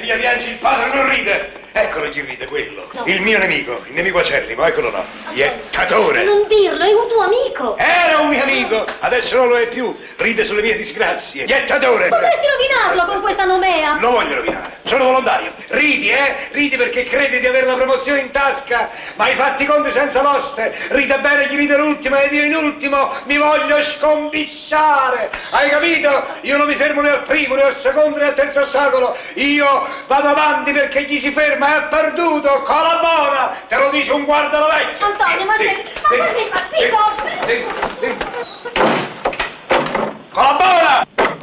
Silenzio, il padre non ride. Eccolo chi ride, quello. No. Il mio nemico, il nemico acerrimo, eccolo là. Iettatore. Non dirlo, è un tuo amico. Era un mio amico, adesso non lo è più. Ride sulle mie disgrazie. Iettatore. Potresti rovinarlo con questa nomea. Lo voglio rovinare, sono volontario. Ridi, eh? Ridi perché credi di avere la promozione in tasca, ma hai fatti i conti senza l'oste. Ride bene chi ride l'ultimo ed io in ultimo mi voglio scombissare. Hai capito? Io non mi fermo né al primo, né al secondo, né al terzo ostacolo. Io vado avanti perché chi si ferma è perduto, cola buona, te lo dice un guardalo vecchio. Antonio, ma sei- ma sei impazzito? Cola buona!